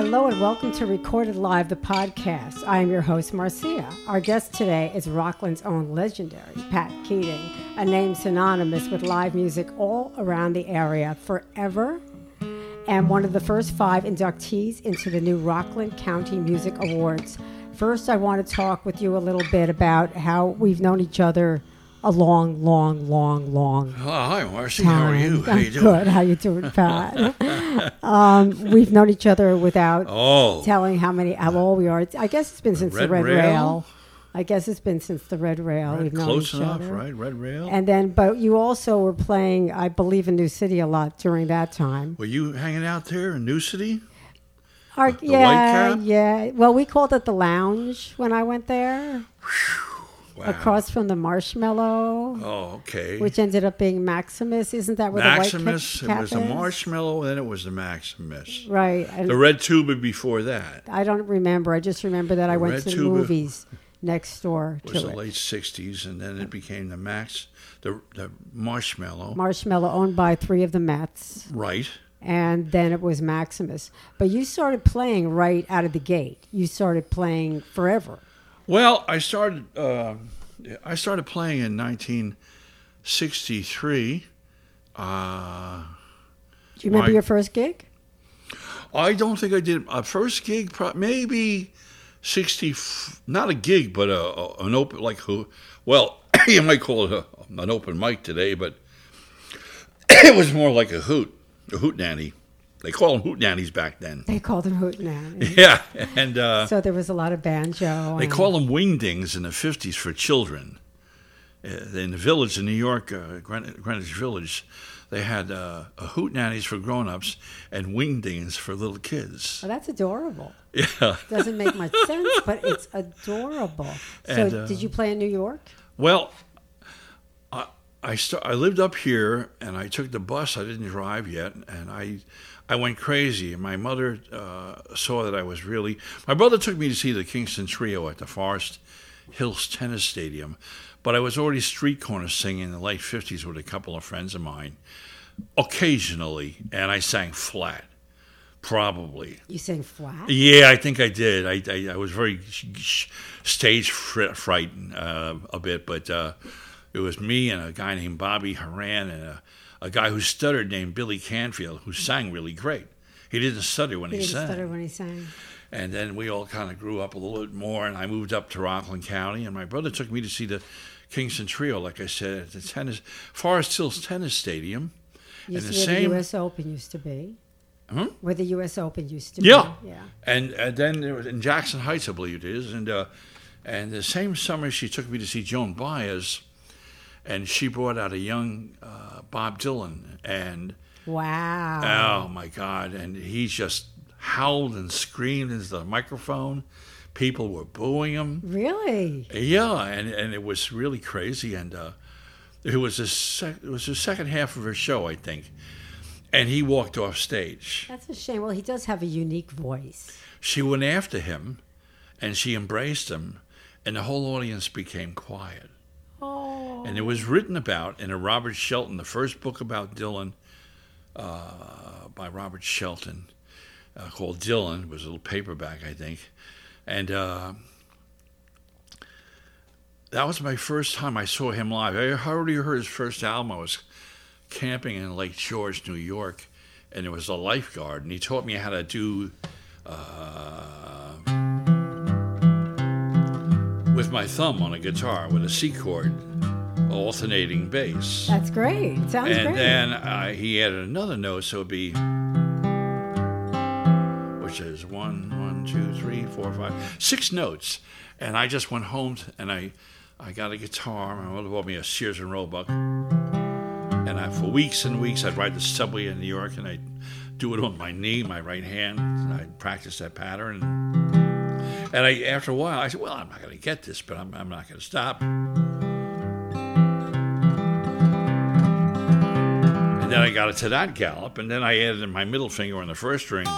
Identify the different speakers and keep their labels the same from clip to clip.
Speaker 1: Hello and welcome to Recorded Live, the podcast. I am your host, Marcia. Our guest today is Rockland's own legendary Pat Keating, a name synonymous with live music all around the area forever, and one of the first five inductees into the new Rockland County Music Awards. First, I want to talk with you a little bit about how we've known each other a long, long, long, long
Speaker 2: Oh, hi, Marcy.
Speaker 1: time.
Speaker 2: How are you? How
Speaker 1: I'm
Speaker 2: you doing?
Speaker 1: Good. How you doing, Pat? um, we've known each other without
Speaker 2: Oh,
Speaker 1: telling how many how old we are. It's- I guess it's been since the
Speaker 2: Red
Speaker 1: Red Rail.
Speaker 2: Rail?
Speaker 1: I guess it's been since the Red Rail. We've known each
Speaker 2: close enough,
Speaker 1: other.
Speaker 2: right? Red Rail.
Speaker 1: And then, but you also were playing, I believe, in New City a lot during that time.
Speaker 2: were you hanging out there in New City?
Speaker 1: Our,
Speaker 2: the
Speaker 1: yeah,
Speaker 2: White Cap?
Speaker 1: yeah. Well, we called it the lounge when I went there,
Speaker 2: Wow.
Speaker 1: across from the Marshmallow,
Speaker 2: Ah. Oh, okay.
Speaker 1: which ended up being Maximus. Isn't that where
Speaker 2: Maximus.
Speaker 1: the
Speaker 2: It
Speaker 1: White Cap
Speaker 2: was the
Speaker 1: is?
Speaker 2: marshmallow, then it was the Maximus.
Speaker 1: Right. And
Speaker 2: The red tuba before that
Speaker 1: I don't remember. I just remember that I went
Speaker 2: Red
Speaker 1: to the
Speaker 2: Tuba
Speaker 1: movies next door
Speaker 2: was
Speaker 1: to
Speaker 2: the
Speaker 1: it.
Speaker 2: late '60s, and then it became the Max, the the marshmallow.
Speaker 1: Marshmallow, owned by three of the Mets.
Speaker 2: right.
Speaker 1: and then it was Maximus. But you started playing right out of the gate. You started playing forever.
Speaker 2: Well, I started. Uh, I started playing in 1963. Uh,
Speaker 1: Do you remember
Speaker 2: Right.
Speaker 1: your first gig?
Speaker 2: I don't think I did a first gig. Pro- maybe sixty, f- not a gig, but a, a- an open like who? Well, you might call it a, an open mic today, but it was more like a hoot, a hoot nanny. They call them hoot nannies back then.
Speaker 1: They called them Hootenanny.
Speaker 2: Yeah, and uh,
Speaker 1: so there was a lot of banjo.
Speaker 2: they
Speaker 1: and-
Speaker 2: call them wingdings in the fifties for children. Uh, In the village in New York, uh, Green- Greenwich Village, they had uh, a hoot nannies for grown-ups and wingdings for little kids.
Speaker 1: Oh, that's adorable.
Speaker 2: Yeah.
Speaker 1: Doesn't make much sense, but it's adorable. So
Speaker 2: And, uh,
Speaker 1: did you play in New York?
Speaker 2: Well, I I, st- I lived up here and I took the bus. I didn't drive yet, and I I went crazy. My mother uh, saw that I was really. My brother took me to see the Kingston Trio at the Forest Hills Tennis Stadium, but I was already street corner singing in the late fifties with a couple of friends of mine, occasionally, and I sang flat, probably.
Speaker 1: You sang flat?
Speaker 2: Yeah, I think I did. I I, I was very sh- sh- stage fr- frightened uh, a bit, but uh, it was me and a guy named Bobby Haran and a, a guy who stuttered named Billy Canfield who sang really great. He didn't stutter when he,
Speaker 1: He didn't
Speaker 2: sang.
Speaker 1: stutter when he sang.
Speaker 2: And then we all kind of grew up a little bit more, and I moved up to Rockland County, and my brother took me to see the Kingston Trio, like I said, at the tennis Forest Hills Tennis Stadium.
Speaker 1: You
Speaker 2: And the
Speaker 1: see where
Speaker 2: same-
Speaker 1: the U.S. Open used to be.
Speaker 2: Huh?
Speaker 1: Where the U.S. Open used to
Speaker 2: Yeah.
Speaker 1: be. Yeah.
Speaker 2: And, and then there was in Jackson Heights, I believe it is. And uh, and the same summer, she took me to see Joan Baez, and she brought out a young uh, Bob Dylan, and
Speaker 1: Wow.
Speaker 2: oh my God, and he just howled and screamed into the microphone. People were booing him.
Speaker 1: really?
Speaker 2: Yeah, and, and it was really crazy, and uh, it was the sec- it was the second half of her show, I think, and he walked off stage.
Speaker 1: That's a shame. Well, he does have a unique voice.
Speaker 2: She went after him and she embraced him, and the whole audience became quiet.
Speaker 1: Oh.
Speaker 2: And it was written about in a Robert Shelton, the first book about Dylan uh, by Robert Shelton, uh, called Dylan. It was a little paperback, I think. And uh, that was my first time I saw him live. I had already heard his first album. I was camping in Lake George, New York, and it was a lifeguard, and he taught me how to do. Uh, with my thumb on a guitar with a C chord, alternating bass.
Speaker 1: That's great. It sounds
Speaker 2: and
Speaker 1: great.
Speaker 2: then uh, he added another note, so it'd be, which is one, one, two, three, four, five, six notes. And I just went home t- and I, I got a guitar. My mother bought me a Sears and Roebuck. And I, for weeks and weeks, I'd ride the subway in New York and I'd do it on my knee, my right hand. And I'd practice that pattern. And I, after a while, I said, "Well, I'm not going to get this, but I'm, I'm not going to stop." And then I got it to that gallop, and then I added my middle finger on the first string.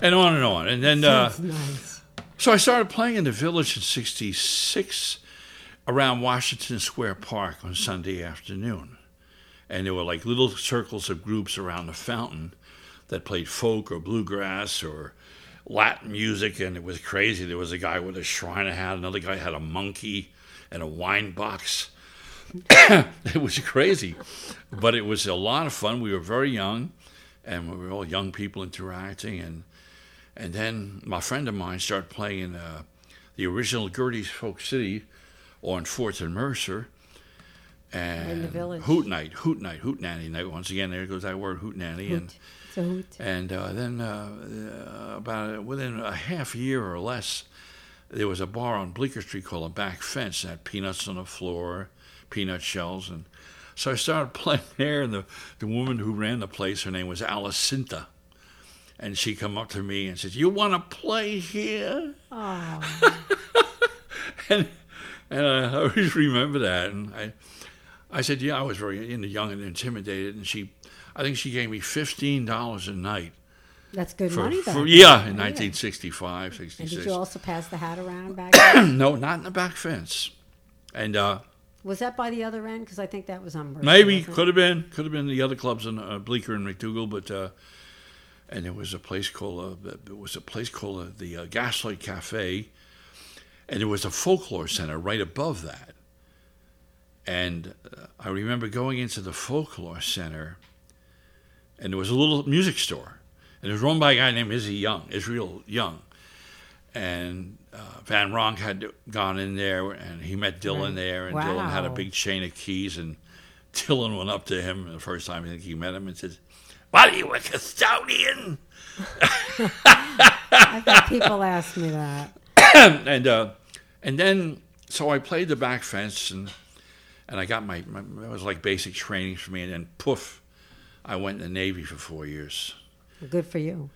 Speaker 2: And on and on, and then uh,
Speaker 1: Sounds nice.
Speaker 2: so I started playing in the village in '66 around Washington Square Park on Sunday afternoon. and there were like little circles of groups around the fountain that played folk or bluegrass or Latin music, and it was crazy. There was a guy with a Shriner hat, another guy had a monkey and a wine box. it was crazy, but it was a lot of fun. We were very young, and we were all young people interacting. And and then my friend of mine started playing uh, the original Gertie's Folk City on Fort and Mercer. And
Speaker 1: In the village.
Speaker 2: Hoot Night, Hoot Night, Hoot Nanny Night. Once again, there goes that word, Hoot Nanny. And
Speaker 1: It's a hoot.
Speaker 2: and uh, then uh, uh, about within a half year or less, there was a bar on Bleecker Street called a Back Fence that had peanuts on the floor, peanut shells, and so I started playing there. And the the woman who ran the place, her name was Alicinta, and she come up to me and says, "You want to play here?"
Speaker 1: Oh,
Speaker 2: and and I always remember that. And I, I said, yeah, I was very in the young and intimidated. And she, I think she gave me fifteen dollars a night
Speaker 1: that's good
Speaker 2: for,
Speaker 1: money, though.
Speaker 2: for- yeah, in 1965,
Speaker 1: And
Speaker 2: 66.
Speaker 1: did you also pass the hat around back? then?
Speaker 2: no, not in the back fence. And uh,
Speaker 1: was that by the other end? Because I think that was on Mercer,
Speaker 2: maybe
Speaker 1: wasn't it?
Speaker 2: could have been could have been the other clubs in uh, Bleecker and McDougal, but uh, and there was a place called uh, it was a place called uh, the uh, Gaslight Cafe, and there was a folklore center right above that. And uh, I remember going into the folklore center, and there was a little music store, and it was run by a guy named Izzy Young, Israel Young. And uh, Van Ronk had gone in there, and he met Dylan there, and Dylan had a
Speaker 1: Wow.
Speaker 2: big chain of keys, and Dylan went up to him the first time I think he met him and says, "What are you a custodian?"
Speaker 1: I've had people ask me that.
Speaker 2: and uh, and then so I played the back fence and and I got my, my that was like basic training for me and then poof, I went in the Navy for four years.
Speaker 1: Good for you.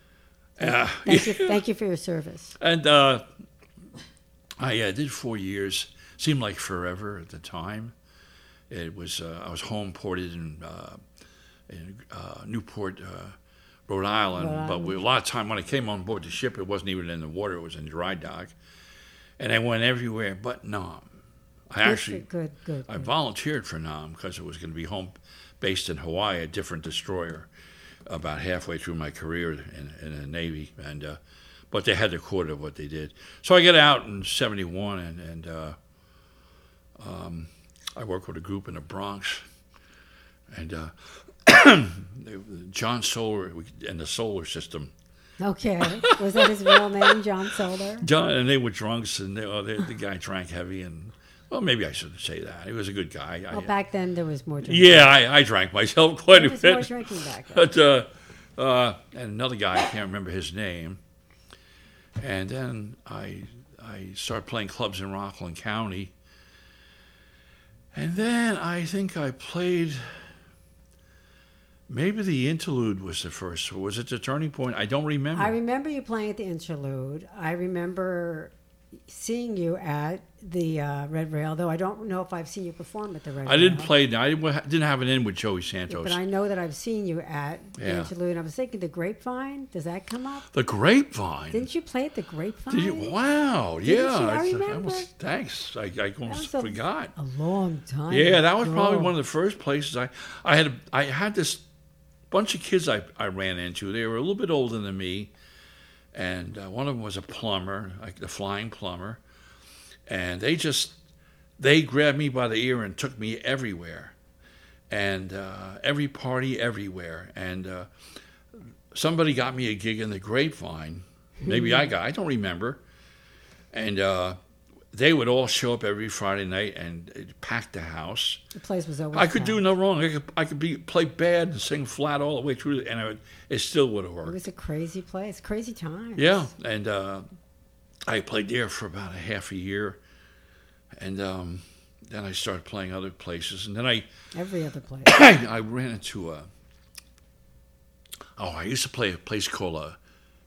Speaker 2: Uh,
Speaker 1: Thank you. Thank you for your service.
Speaker 2: and uh, I uh, did four years. Seemed like forever at the time. It was uh, I was home ported in uh, in uh, Newport, uh, Rhode Island.
Speaker 1: Rhode
Speaker 2: But we, a lot of time when I came on board the ship, it wasn't even in the water; it was in dry dock. And I went everywhere but Nam. I
Speaker 1: Good,
Speaker 2: actually
Speaker 1: good, good.
Speaker 2: I volunteered for Nam because it was going to be home based in Hawaii, a different destroyer. About halfway through my career in, in the Navy, and uh, but they had the quarter of what they did. So I get out in '71, and, and uh, um, I work with a group in the Bronx, and uh, they- John Solar we- and the Solar System
Speaker 1: Okay. Was that his real name, John Solder?
Speaker 2: John, and they were drunks, and they, oh, they, the guy drank heavy, and well, maybe I shouldn't say that. He was a good guy. I,
Speaker 1: Well, back then there was more drinking.
Speaker 2: yeah, I, I drank myself quite
Speaker 1: There
Speaker 2: a
Speaker 1: was more
Speaker 2: bit.
Speaker 1: drinking back then.
Speaker 2: But uh, uh, and another guy, I can't remember his name. And then I I started playing clubs in Rockland County. And then I think I played. Maybe the interlude was the first. Was it the turning point? I don't remember.
Speaker 1: I remember you playing at the interlude. I remember seeing you at the uh, Red Rail, though I don't know if I've seen you perform at the Red Rail.
Speaker 2: I didn't play. I didn't have an in with Joey Santos.
Speaker 1: But I know that I've seen you at the
Speaker 2: Yeah.
Speaker 1: interlude. And I was thinking, the grapevine, does that come up?
Speaker 2: The grapevine.
Speaker 1: Didn't you play at the grapevine?
Speaker 2: Did you? Wow.
Speaker 1: you?
Speaker 2: yeah.
Speaker 1: I
Speaker 2: that's-
Speaker 1: remember.
Speaker 2: almost- thanks. I, I almost
Speaker 1: was a-
Speaker 2: forgot.
Speaker 1: A long time.
Speaker 2: Yeah, that was probably
Speaker 1: ago.
Speaker 2: one of the first places I, I had I had this bunch of kids I, I ran into. They were a little bit older than me, and uh, one of them was a plumber, like the flying plumber, and they just they grabbed me by the ear and took me everywhere, and uh, every party everywhere, and uh, somebody got me a gig in the Grapevine. Maybe I got I don't remember, and. Uh, they would all show up every Friday night and uh, pack the house.
Speaker 1: The place was always.
Speaker 2: I could do
Speaker 1: packed.
Speaker 2: no wrong. I could I could be play bad and sing flat all the way through, and I would, it still would have
Speaker 1: It
Speaker 2: worked.
Speaker 1: was a crazy place, crazy time.
Speaker 2: Yeah, and uh, I played there for about a half a year, and um, then I started playing other places, and then I
Speaker 1: Every other place.
Speaker 2: I ran into a. Oh, I used to play a place called uh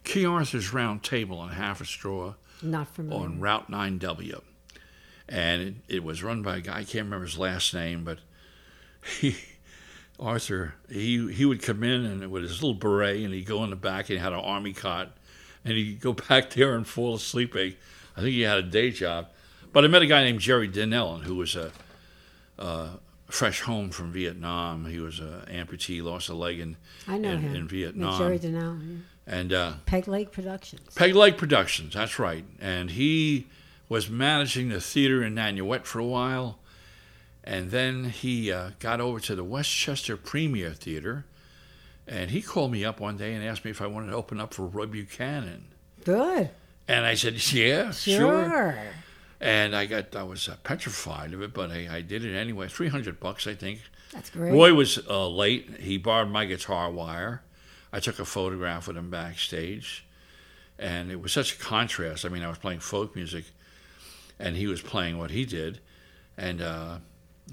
Speaker 2: King Arthur's Round Table on Half a Straw.
Speaker 1: Not familiar.
Speaker 2: on Route 9W. And it, it was run by a guy, I can't remember his last name, but he, Arthur, he, he would come in and with his little beret and he'd go in the back and he had an army cot and he'd go back there and fall asleep. I I think he had a day job. But I met a guy named Jerry Dinellen who was a, fresh home from Vietnam. He was an amputee, lost a leg in
Speaker 1: I know
Speaker 2: in,
Speaker 1: him.
Speaker 2: in
Speaker 1: With
Speaker 2: Vietnam.
Speaker 1: Jerry Denell.
Speaker 2: and uh,
Speaker 1: Peg Lake Productions.
Speaker 2: Peg Leg Productions, that's right. And he was managing the theater in Nanuet for a while. And then he uh, got over to the Westchester Premier Theater. And he called me up one day and asked me if I wanted to open up for Roy Buchanan.
Speaker 1: Good.
Speaker 2: And I said, yeah,
Speaker 1: Sure.
Speaker 2: sure. And I got, I was uh, petrified of it, but I, I did it anyway. 300 bucks, I think.
Speaker 1: That's great.
Speaker 2: Roy was uh, late. He borrowed my guitar wire. I took a photograph with him backstage, and it was such a contrast. I mean, I was playing folk music, and he was playing what he did, and uh,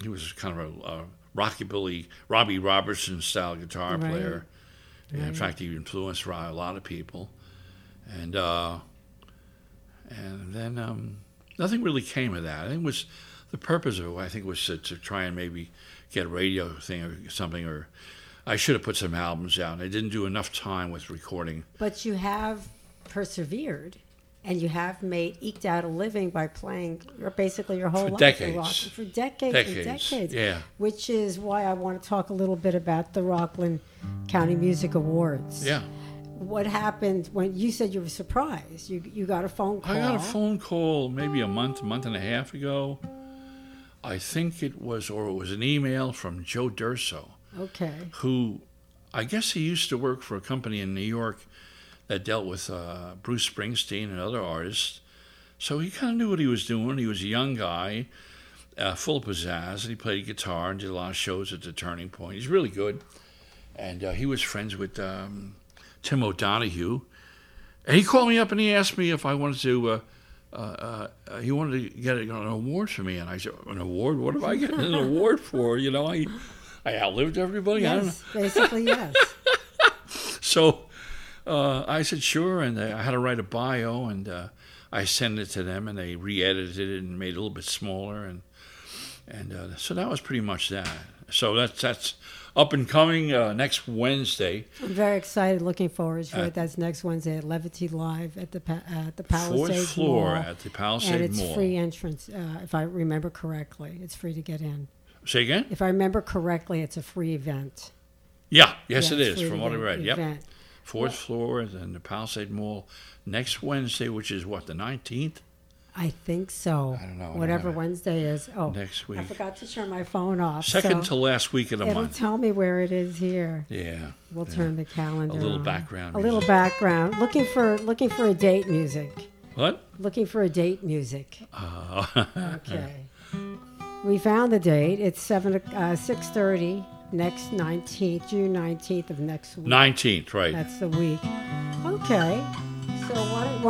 Speaker 2: he was kind of a, a rockabilly Robbie Robertson style guitar
Speaker 1: Right.
Speaker 2: player. And In fact, he influenced Ry- a lot of people, and uh, and then um, nothing really came of that. I think it was the purpose of it. I think was to, to try and maybe get a radio thing or something. Or I should have put some albums out. I didn't do enough time with recording.
Speaker 1: But you have persevered, and you have made eked out a living by playing your- basically your whole
Speaker 2: For
Speaker 1: life
Speaker 2: decades.
Speaker 1: in rock, for decades, and
Speaker 2: Decades,
Speaker 1: decades.
Speaker 2: yeah.
Speaker 1: Which is why I want to talk a little bit about the Rockland County Music Awards.
Speaker 2: Yeah,
Speaker 1: What happened when you said you were surprised? You you got a phone call.
Speaker 2: I got a phone call maybe a month, month and a half ago. I think it was, or it was an email from Joe Durso.
Speaker 1: Okay.
Speaker 2: who I guess he used to work for a company in New York that dealt with uh, Bruce Springsteen and other artists. So he kind of knew what he was doing. He was a young guy, uh, full of pizzazz, and he played guitar and did a lot of shows at the Turning Point. He's really good. And uh, he was friends with um, Tim O'Donohue. And he called me up and he asked me if I wanted to. Uh, uh, uh, he wanted to get an award for me, and I said, "An award? What am I getting an award for? You know, I, I outlived everybody. I don't know."
Speaker 1: Yes. Basically, yes.
Speaker 2: So uh, I said, sure. And I had to write a bio, and uh, I sent it to them, and they re edited it and made it a little bit smaller. And and uh, so that was pretty much that. So that's, that's up and coming uh, next Wednesday.
Speaker 1: I'm very excited. Looking forward to
Speaker 2: Uh,
Speaker 1: it. That's next Wednesday at Levity Live at the pa- at the
Speaker 2: Fourth
Speaker 1: Palisades
Speaker 2: floor
Speaker 1: Mall.
Speaker 2: at the Palisade
Speaker 1: and it's
Speaker 2: Mall.
Speaker 1: free entrance, uh, if I remember correctly. It's free to get in.
Speaker 2: Say again?
Speaker 1: If I remember correctly, it's a free event.
Speaker 2: Yeah, yes,
Speaker 1: Yeah,
Speaker 2: it
Speaker 1: it's
Speaker 2: is,
Speaker 1: free
Speaker 2: from
Speaker 1: to
Speaker 2: what I
Speaker 1: get
Speaker 2: read. Yep.
Speaker 1: event.
Speaker 2: Fourth floor and the Palisade Mall next Wednesday, which is what, the 19th?
Speaker 1: I think so.
Speaker 2: I don't know. I don't
Speaker 1: Whatever
Speaker 2: have it.
Speaker 1: Wednesday is. Oh,
Speaker 2: Next
Speaker 1: I
Speaker 2: week.
Speaker 1: forgot to turn my phone off.
Speaker 2: Second
Speaker 1: so
Speaker 2: to last week of the
Speaker 1: It'll
Speaker 2: month.
Speaker 1: tell me where it is here.
Speaker 2: yeah.
Speaker 1: We'll turn the calendar.
Speaker 2: little
Speaker 1: on.
Speaker 2: background
Speaker 1: A little
Speaker 2: music. Uh,
Speaker 1: uh,
Speaker 2: uh,
Speaker 1: uh,